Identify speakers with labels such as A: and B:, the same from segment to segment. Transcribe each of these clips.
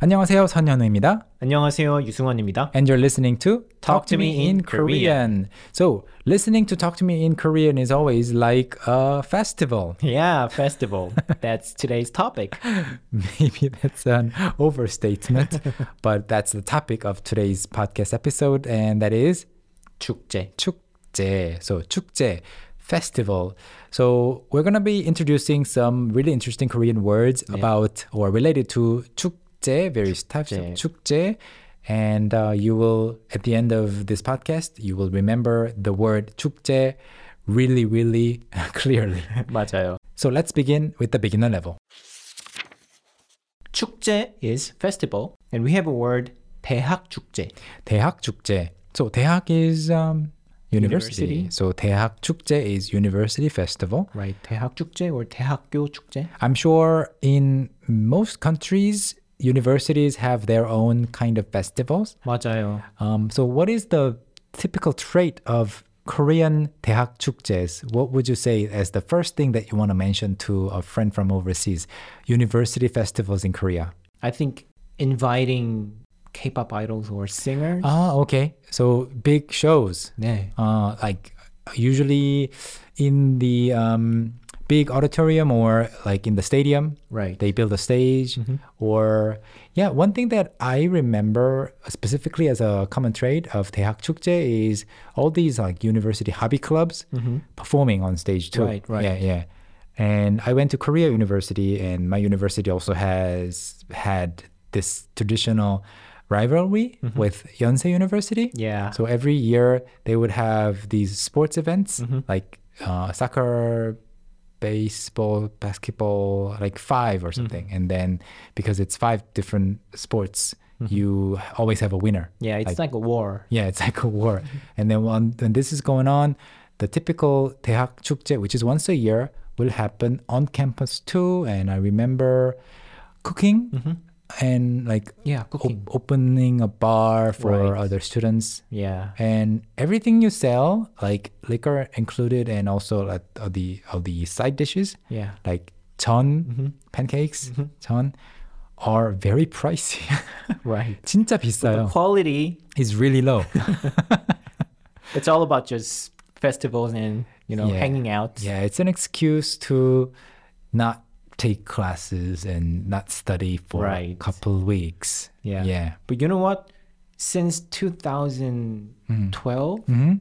A: 안녕하세요. 선현우입니다.
B: 안녕하세요. 유승원입니다.
A: And you're listening to Talk to Me in Korean. So, listening to Talk to Me in Korean is always like a festival.
B: Yeah, festival. That's today's topic.
A: Maybe that's an overstatement, but that's the topic of today's podcast episode, and that is
B: 축제.
A: 축제. So, 축제. Festival. So we're gonna be introducing some really interesting Korean words about or related to 축제, various types of 축제, and uh, you will at the end of this podcast you will remember the word 축제 really, really clearly.
B: 맞아요.
A: so let's begin with the beginner level.
B: 축제 is festival, and we have a word 대학 축제.
A: 대학 축제. So 대학 is um, university.
B: University.
A: So 대학 축제 is university festival.
B: Right. 대학 축제 or 대학교 축제.
A: I'm sure in most countries, universities have their own kind of festivals.
B: 맞아요.
A: Um, so, what is the typical trait of Korean 대학 축제s? What would you say as the first thing that you want to mention to a friend from overseas? University festivals in Korea.
B: I think inviting K-pop idols or singers.
A: Ah, okay. So big shows.
B: 네.
A: uh, like usually in the um, big auditorium or like in the stadium
B: Right. Mm-hmm.
A: they build a stage or yeah one thing that i remember specifically as a common trait of Daehak Chukje is all these like university hobby clubs performing on stage too
B: Mm-hmm. Right, right.
A: yeah yeah and i went to korea university and my university also has had this traditional rivalry
B: Mm-hmm.
A: with yonsei university
B: Yeah.
A: so every year they would have these sports events
B: Mm-hmm.
A: like uh, soccer, baseball, basketball, like five
B: Mm-hmm.
A: or something. And then because it's five different sports, you always have a winner.
B: Mm-hmm. yeah, Mm-hmm. it's like, a war.
A: Yeah, it's like a war. and then when, when this is going on, the typical 대학 축제, which is once a year, will happen on campus too. And I remember cooking and like
B: Yeah,
A: op-
B: Mm-hmm. cooking.
A: opening a bar for
B: Right.
A: other students
B: Yeah.
A: and everything you sell, like liquor included, and also like, of the of the side dishes,
B: Yeah. Mm-hmm.
A: like ton pancakes, ton, are very pricey.
B: Right.
A: 진짜
B: The
A: 비싸요.
B: quality,
A: It's really low.
B: it's all about just festivals and, you know,
A: Yeah.
B: hanging out.
A: yeah, it's an excuse to not take classes and not study for a
B: Right.
A: couple weeks.
B: Yeah.
A: yeah,
B: But you know what? Since
A: Mm-hmm.
B: 2012,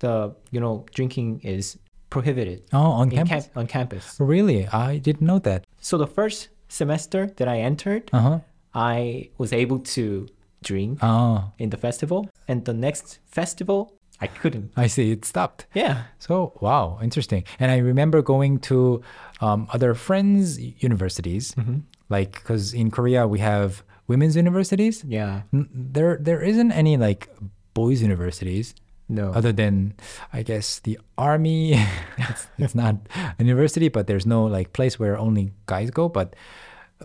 B: the you know drinking is prohibited
A: Oh, on
B: in
A: campus?
B: Camp- on campus.
A: really, I didn't know that.
B: So the first semester that I entered,
A: Uh huh.
B: I was able to drink
A: Oh,
B: in the festival, and the next festival I couldn't.
A: I see. It stopped.
B: Yeah,
A: So wow, interesting. And I remember going to um, other friends' universities, like because in Korea we have women's universities.
B: yeah,
A: N- There, there isn't any like boys' universities
B: no,
A: other than I guess the army. it's, it's not a university, but there's no like place where only guys go. But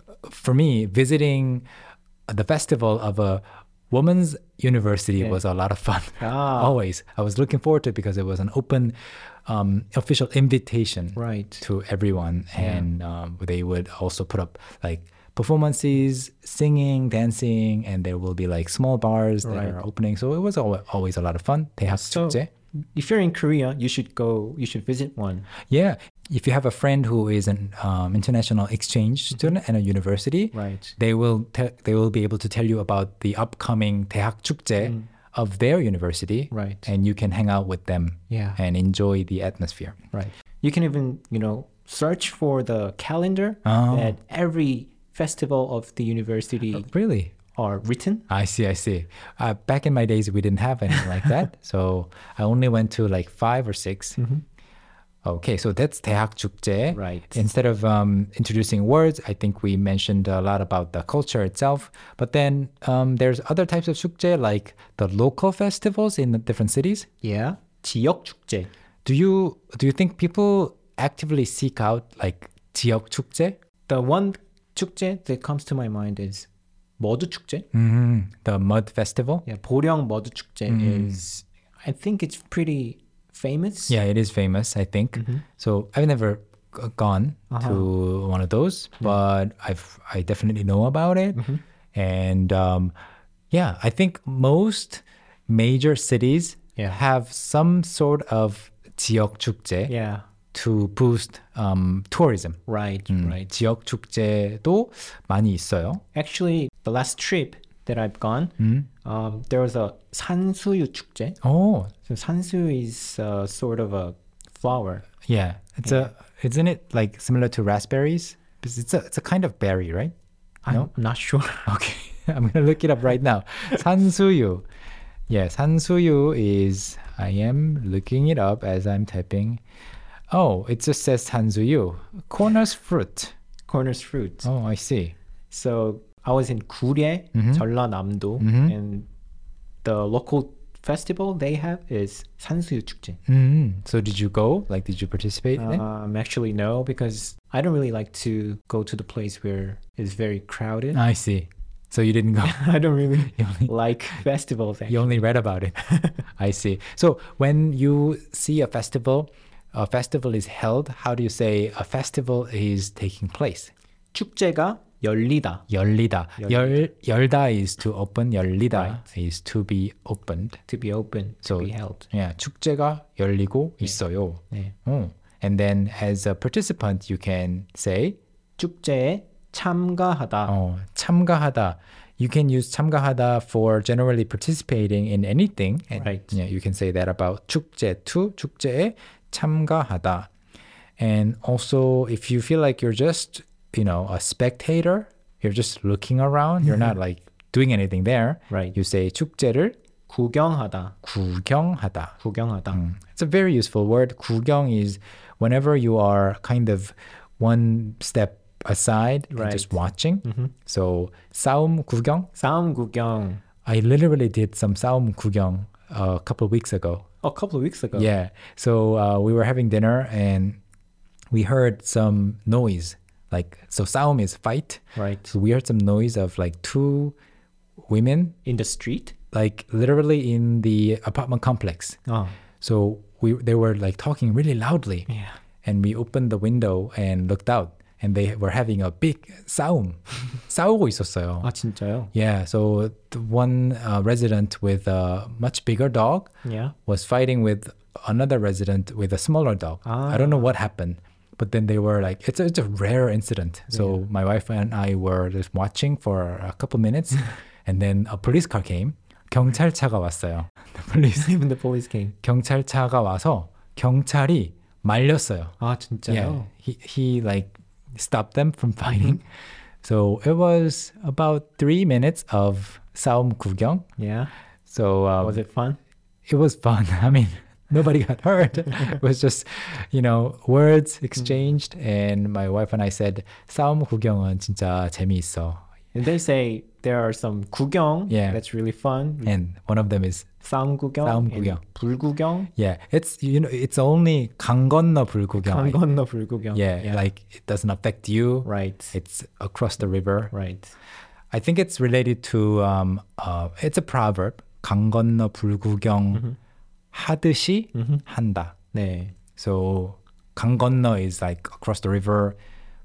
A: uh, for me, visiting the festival of a woman's university was a lot of fun.
B: Ah.
A: Always, I was looking forward to it because it was an open, um, official invitation
B: right,
A: to everyone, and um, they would also put up like performances, singing, dancing, and there will be like small bars that
B: Right.
A: are opening. So it was al- always a lot of fun. They have
B: So-
A: 축제.
B: If you're in Korea, you should go. You should visit one.
A: Yeah, if you have a friend who is an um, international exchange student at a university,
B: Mm-hmm. Right.
A: they will te- they will be able to tell you about the upcoming 대학 축제 of their university,
B: Mm. Right.
A: And you can hang out with them,
B: Yeah.
A: and enjoy the atmosphere.
B: Right. You can even, you know, search for the calendar
A: Oh.
B: that every festival of the university
A: Really,
B: are written.
A: I see, I see. Uh, back in my days, we didn't have anything like that, so I only went to like five or 6 Okay, so that's 대학 축제.
B: Right.
A: Instead of um, introducing words, I think we mentioned a lot about the culture itself. But then um, there's other types of 축제, like the local festivals in the different cities.
B: Yeah. 지역 축제.
A: Do you do you think people actively seek out like 지역 축제,
B: The one 축제 that comes to my mind is 머드 축제.
A: the mud festival?
B: Yeah, 보령 머드 축제 is I think it's pretty famous.
A: Yeah, it is famous, I think. So I've never g- gone to one of those, but I've I definitely know about it. And um, yeah, I think most major cities
B: Yeah.
A: have some sort of 지역 축제
B: Yeah.
A: to boost um, tourism.
B: Right. Right.
A: 지역 축제도 많이 있어요.
B: Actually, the last trip that I've gone, um, there was a 산수유 축제.
A: Oh,
B: So 산수유 is uh, sort of a flower.
A: yeah. It's a isn't it like similar to raspberries? 'Cause It's a it's a kind of berry, right?
B: I'm not sure.
A: Okay, I'm gonna look it up right now. 산수유. Yeah, 산수유 is. I am looking it up as I'm typing. Oh, it just says 산수유. Corner's fruit.
B: Corners fruit.
A: Oh, I see.
B: So I was in Gurye,
A: Mm-hmm.
B: 전라남도, and the local festival they have is 산수유 축제.
A: Mm. So did you go? Like, did you participate? in it?
B: Um, actually, no, because I don't really like to go to the place where it's very crowded.
A: I see. So you didn't go.
B: I don't really like festivals.
A: You only read about it. I see. So when you see a festival, a festival is held. How do you say a festival is taking place?
B: 축제가 열리다,
A: 열리다. 열 열다 is to open. 열리다 is to be opened.
B: to be open, to
A: So-
B: be held.
A: Yeah, 축제가 열리고 있어요.
B: 네.
A: Oh. And then as a participant, you can say
B: 축제에 참가하다.
A: 어, 참가하다. You can use 참가하다 for generally participating in anything. And,
B: Right.
A: Yeah, you can say that about 축제 to 축제에 참가하다. And also, if you feel like you're just, you know, a spectator, you're just looking around, you're not like doing anything there.
B: Mm-hmm. Right.
A: You say 축제를
B: 구경하다,
A: 구경하다.
B: 구경하다.
A: It's a very useful word. 구경 is whenever you are kind of one step aside and
B: Right. Mm-hmm.
A: just watching. So 싸움 구경.
B: 싸움 구경.
A: I literally did some 싸움 구경 a couple weeks ago.
B: A couple of weeks ago.
A: Yeah. So uh, we were having dinner and we heard some noise. Like so, 싸움 is fight.
B: Right.
A: So we heard some noise of like two women,
B: In the street.
A: like literally in the apartment complex.
B: 어.
A: So we they were like talking really loudly.
B: Yeah.
A: And we opened the window and looked out and they were having a big 싸움. 싸우고 있었어요.
B: 아 진짜요?
A: Yeah, so the one uh, resident with a much bigger dog
B: Yeah.
A: was fighting with another resident with a smaller dog. I don't know what happened, but then they were like, it's a, it's a rare incident. So my wife and I were just watching for a couple minutes, and then a police car came. 경찰차가 왔어요. The police
B: Even the police came.
A: 경찰차가 와서 경찰이 말렸어요.
B: 아 진짜요?
A: he he like stopped them from fighting. So it was about three minutes of 싸움 구경.
B: Yeah.
A: So um,
B: Was it fun?
A: it was fun. I mean, nobody got hurt. it was just, you know, words exchanged, and my wife and I said, 싸움 구경은 진짜 재미있어.
B: And they say there are some 구경
A: Yeah.
B: that's really fun.
A: And one of them is,
B: 싸움 구경,
A: 싸움
B: and
A: 구경.
B: 불구경,
A: yeah, it's you know, it's only 강 건너
B: 강
A: 불구경.
B: 건너 불구경.
A: Yeah, like it doesn't affect you.
B: right,
A: It's across the river.
B: right.
A: I think it's related to um, uh, it's a proverb. 강 건너 불구경 하듯이 한다.
B: 네,
A: So 강 건너 is like across the river.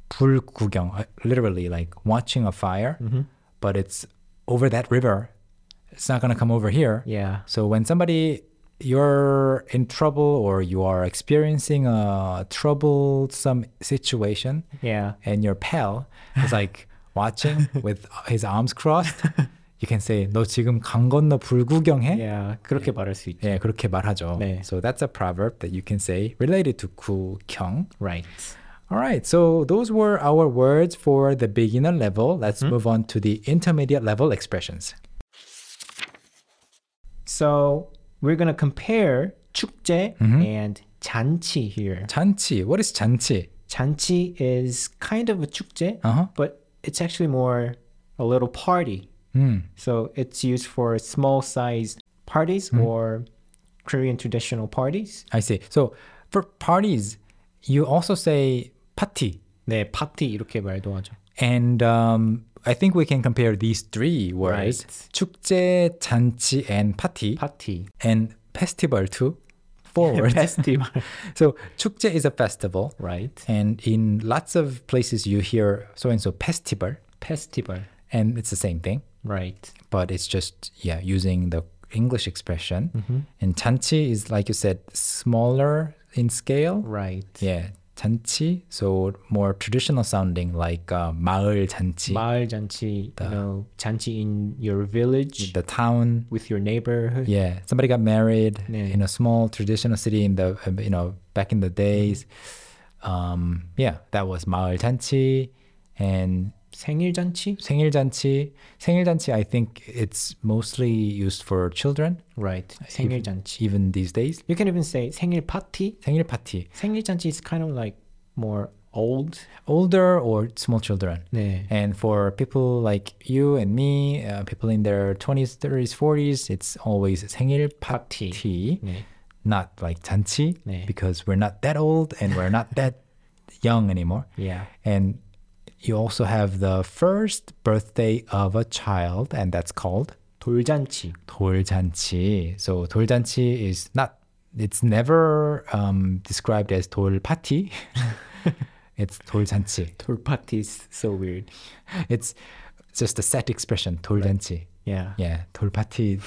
A: 불구경, uh, literally like watching a fire, but it's over that river. It's not gonna come over here.
B: yeah,
A: So when somebody you're in trouble or you are experiencing a troublesome situation,
B: yeah.
A: and your pal is like watching with his arms crossed, you can say 너 지금 강 건너 불구경해?
B: Yeah, 그렇게 말할 수 있죠.
A: 예, 그렇게 말하죠.
B: 네.
A: So that's a proverb that you can say related to 구경.
B: Right.
A: All right, so those were our words for the beginner level. Let's
B: Hmm?
A: move on to the intermediate level expressions.
B: So we're gonna compare 축제 and 잔치 here.
A: 잔치. What is 잔치?
B: 잔치 is kind of a 축제,
A: Uh-huh.
B: but it's actually more a little party. So it's used for small sized parties or Korean traditional parties.
A: I see. So for parties, you also say 파티.
B: 네, 파티 이렇게 말도 하죠.
A: And um, I think we can compare these three words:
B: Right.
A: 축제, 잔치, and party,
B: 파티.
A: and festival too. Four words.
B: 페스티벌.
A: so 축제 is a festival,
B: right.
A: and in lots of places you hear so and so festival.
B: 페스티벌.
A: and it's the same thing,
B: Right.
A: but it's just yeah using the English expression.
B: Mm-hmm.
A: And 잔치 is like you said smaller in scale.
B: Right.
A: Yeah, 잔치. So more traditional sounding like uh, 마을 잔치,
B: 마을 잔치, you know, 잔치 in your village
A: the town
B: with your neighborhood.
A: Yeah, somebody got married
B: Yeah.
A: in a small traditional city in the uh, you know back in the days. Um, yeah, that was 마을 잔치 and
B: 생일 잔치?
A: 생일 잔치. 생일 잔치, I think it's mostly used for children
B: Right. 생일 잔치.
A: even these days.
B: You can even say 생일 파티.
A: 생일 파티,
B: 생일 잔치 is kind of like more old.
A: older or small children.
B: 네.
A: And for people like you and me, uh, people in their 20s, 30s, 40s, it's always 생일 파티.
B: 네.
A: not like 잔치
B: 네.
A: because we're not that old and we're not that young anymore.
B: Yeah.
A: And you also have the first birthday of a child, and that's called
B: 돌잔치.
A: 돌잔치. So 돌잔치 is not. It's never um, described as 돌파티. it's 돌잔치.
B: 돌파티 is so weird.
A: It's just a set expression. 돌잔치.
B: Yeah.
A: Yeah, 돌파티.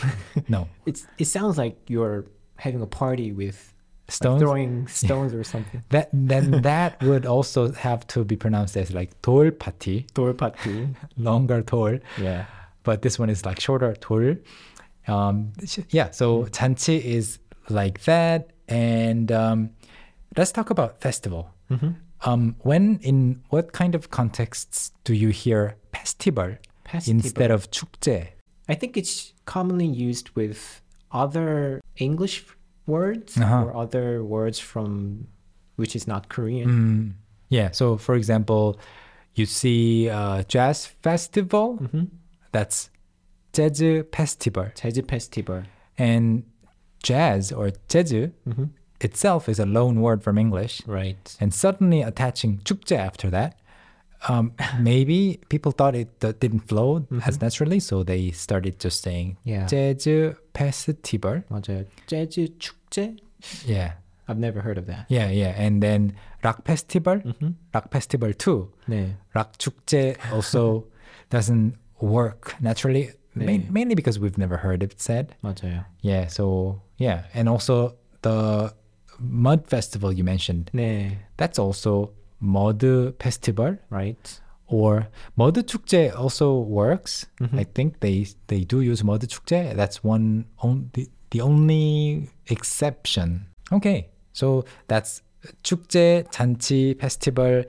A: No,
B: It's it sounds like you're having a party with like,
A: stones.
B: throwing stones or something.
A: That then that would also have to be pronounced as like 돌파티.
B: 돌파티.
A: longer 돌,
B: Yeah.
A: but this one is like shorter 돌. Um, yeah,
B: Hmm.
A: so 잔치 is like that. And um, let's talk about festival.
B: Mm-hmm.
A: Um, when in what kind of contexts do you hear festival, instead of 축제?
B: I think it's commonly used with other English words
A: Uh-huh.
B: or other words from which is not Korean.
A: Yeah. So for example, you see uh, jazz festival.
B: Mm-hmm.
A: That's 재즈 festival.
B: 재즈 페스티벌.
A: And jazz or jeju itself is a loan word from English.
B: Mm-hmm. Right.
A: And suddenly attaching 축제 after that, um, maybe people thought it that didn't flow as naturally, so they started just saying
B: Mm-hmm. Yeah.
A: jeju festival.
B: 맞아요. 재즈 축제?
A: Yeah.
B: I've never heard of that.
A: Yeah, yeah. And then rock festival,
B: Mm-hmm.
A: rock festival too.
B: 네.
A: Rock 축제 also doesn't work naturally, main, mainly because we've never heard it said.
B: 맞아요.
A: Yeah, so yeah, and also the mud festival you mentioned.
B: 네.
A: That's also mud festival
B: Right.
A: or mud 축제 also works. I think they they do use mud 축제. That's one on, the, the only exception. Okay, so that's 축제, 잔치, festival,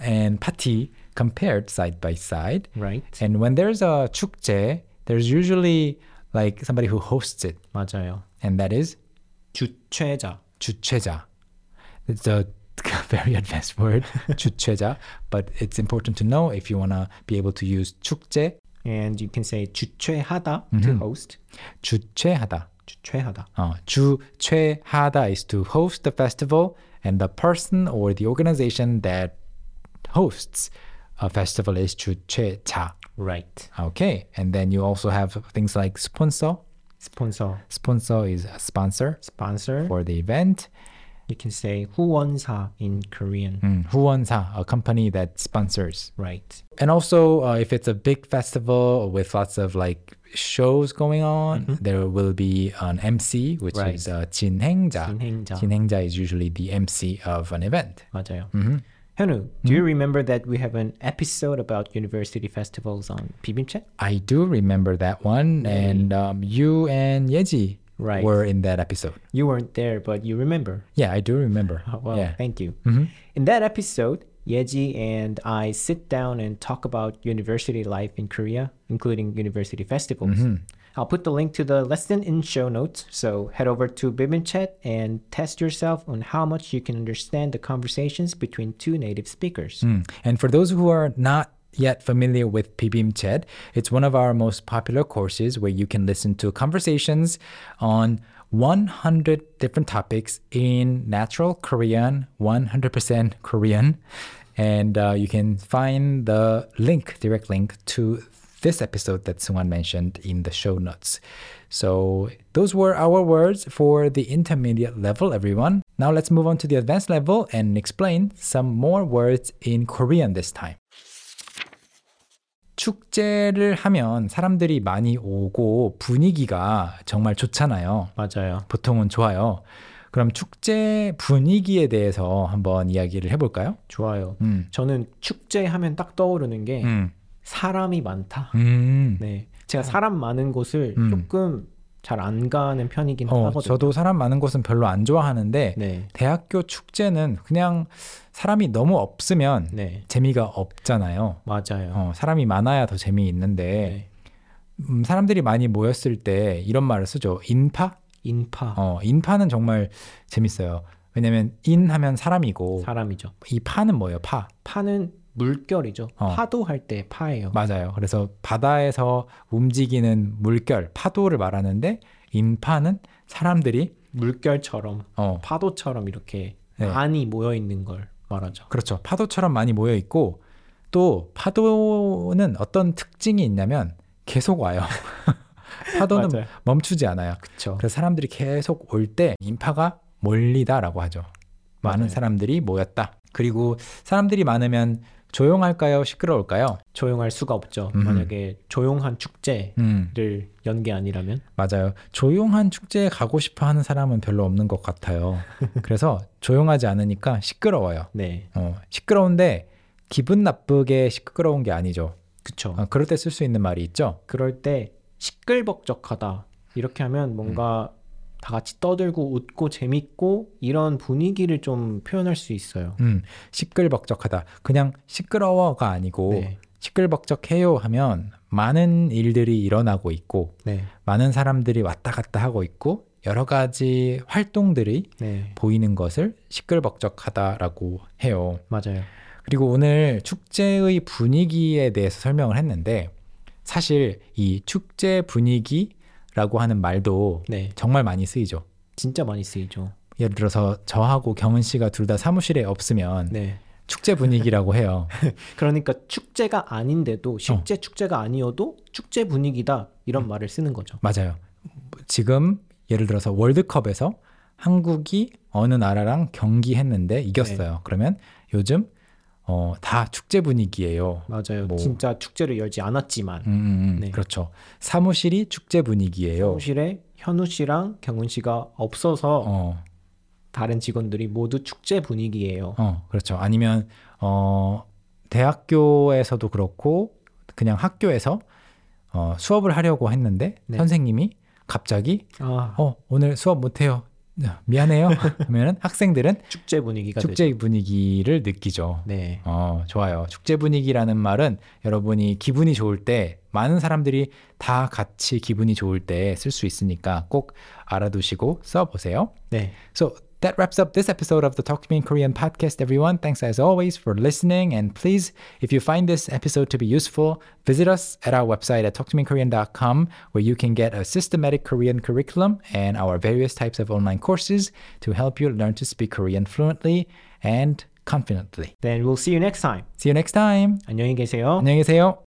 A: and party compared side by side.
B: Right.
A: And when there's a 축제, there's usually like somebody who hosts it,
B: 맞아요.
A: and that is
B: 주최자.
A: 주최자. It's a very advanced word, 주최자. But it's important to know if you want to be able to use 축제,
B: And you can say 주최하다 to host.
A: 주최하다.
B: 주최하다.
A: 어, 주최하다 is to host the festival and the person or the organization that hosts a festival is 주최자.
B: Right.
A: Okay, and then you also have things like sponsor.
B: 스폰서.
A: Sponsor is a sponsor
B: Sponsor.
A: for the event.
B: You can say 후원사 in Korean.
A: 음, 후원사, a company that sponsors.
B: Right.
A: And also, uh, if it's a big festival with lots of like shows going on, there will be an MC, which
B: Mm-hmm. Right.
A: is uh, 진행자.
B: 진행자.
A: 진행자 is usually the MC of an event.
B: 맞아요. 현우, do you remember that we have an episode about university festivals on 비빔채?
A: I do remember that one, and um, you and Yeji
B: Right.
A: were in that episode.
B: You weren't there, but you remember.
A: Yeah, I do remember.
B: Oh, well,
A: yeah. Mm-hmm.
B: thank you. In that episode, Yeji and I sit down and talk about university life in Korea, including university festivals.
A: Mm-hmm.
B: I'll put the link to the lesson in show notes, so head over to BibinChat and test yourself on how much you can understand the conversations between two native speakers.
A: Mm. And for those who are not yet familiar with PBIMCHET, it's one of our most popular courses where you can listen to conversations on 100 different topics in natural Korean, 100% Korean. And uh, you can find the link, direct link to this episode that Sungwan mentioned in the show notes. So those were our words for the intermediate level, everyone. Now let's move on to the advanced level and explain some more words in Korean this time. 축제를 하면 사람들이 많이 오고 분위기가 정말 좋잖아요.
B: 맞아요.
A: 보통은 좋아요. 그럼 축제 분위기에 대해서 한번 이야기를 해볼까요?
B: 좋아요.
A: 음,
B: 저는 축제 하면 딱 떠오르는 게
A: 음,
B: 사람이 많다.
A: 음.
B: 네. 제가 사람 많은 곳을
A: 음.
B: 조금 잘 안 가는 편이긴
A: 어,
B: 하거든요.
A: 저도 사람 많은 곳은 별로 안 좋아하는데
B: 네.
A: 대학교 축제는 그냥 사람이 너무 없으면
B: 네.
A: 재미가 없잖아요.
B: 맞아요.
A: 어, 사람이 많아야 더 재미있는데
B: 네.
A: 음, 사람들이 많이 모였을 때 이런 말을 쓰죠. 인파?
B: 인파
A: 어, 인파는 정말 재밌어요. 왜냐면 인 하면 사람이고
B: 사람이죠.
A: 이 파는 뭐예요? 파.
B: 파는 물결이죠.
A: 어.
B: 파도 할 때 파예요.
A: 맞아요. 그래서 바다에서 움직이는 물결, 파도를 말하는데 인파는 사람들이
B: 물결처럼
A: 어,
B: 파도처럼 이렇게
A: 네.
B: 많이 모여 있는 걸 말하죠.
A: 그렇죠. 파도처럼 많이 모여 있고 또 파도는 어떤 특징이 있냐면 계속 와요. 파도는
B: 맞아요.
A: 멈추지 않아요.
B: 그렇죠.
A: 그래서 사람들이 계속 올 때 인파가 몰리다라고 하죠. 많은
B: 맞아요.
A: 사람들이 모였다. 그리고 사람들이 많으면 조용할까요? 시끄러울까요?
B: 조용할 수가 없죠.
A: 음.
B: 만약에 조용한 축제를
A: 음,
B: 연 게 아니라면
A: 맞아요. 조용한 축제에 가고 싶어 하는 사람은 별로 없는 것 같아요. 그래서 조용하지 않으니까 시끄러워요.
B: 네.
A: 어, 시끄러운데 기분 나쁘게 시끄러운 게 아니죠.
B: 그렇죠.
A: 아, 그럴 때 쓸 수 있는 말이 있죠.
B: 그럴 때 시끌벅적하다 이렇게 하면 뭔가
A: 음.
B: 다 같이 떠들고 웃고 재밌고 이런 분위기를 좀 표현할 수 있어요.
A: 음, 시끌벅적하다. 그냥 시끄러워가 아니고
B: 네.
A: 시끌벅적해요 하면 많은 일들이 일어나고 있고
B: 네.
A: 많은 사람들이 왔다 갔다 하고 있고 여러 가지 활동들이
B: 네.
A: 보이는 것을 시끌벅적하다라고 해요.
B: 맞아요.
A: 그리고 오늘 축제의 분위기에 대해서 설명을 했는데 사실 이 축제 분위기라고 하는 말도
B: 네.
A: 정말 많이 쓰이죠.
B: 진짜 많이 쓰이죠.
A: 예를 들어서 저하고 경은 씨가 둘 다 사무실에 없으면
B: 네.
A: 축제 분위기라고 해요.
B: 그러니까 축제가 아닌데도 실제 축제가 아니어도 축제 분위기다 이런 말을 쓰는 거죠.
A: 맞아요. 지금 예를 들어서 월드컵에서 한국이 어느 나라랑 경기했는데 이겼어요.
B: 네.
A: 그러면 요즘 어, 다 축제 분위기예요.
B: 맞아요.
A: 뭐.
B: 진짜 축제를 열지 않았지만
A: 음, 음, 음.
B: 네.
A: 그렇죠. 사무실이 축제 분위기예요.
B: 사무실에 현우 씨랑 경훈 씨가 없어서
A: 어,
B: 다른 직원들이 모두 축제 분위기예요.
A: 어, 그렇죠. 아니면 어, 대학교에서도 그렇고 그냥 학교에서 어, 수업을 하려고 했는데
B: 네.
A: 선생님이 갑자기
B: 아,
A: 어, 오늘 수업 못 해요. 미안해요. 하면은 학생들은
B: 축제 분위기가 되죠.
A: 축제 분위기를 느끼죠.
B: 네.
A: 어, 좋아요. 축제 분위기라는 말은 여러분이 기분이 좋을 때 많은 사람들이 다 같이 기분이 좋을 때 쓸 수 있으니까 꼭 알아두시고 써 보세요.
B: 네.
A: So that wraps up this episode of the Talk to Me in Korean podcast, everyone. Thanks as always for listening. And please, if you find this episode to be useful, visit us at our website at talktomeinkorean.com, where you can get a systematic Korean curriculum and our various types of online courses to help you learn to speak Korean fluently and confidently.
B: Then 네, we'll see you next time.
A: See you next time.
B: 안녕히 계세요.
A: 안녕히 계세요.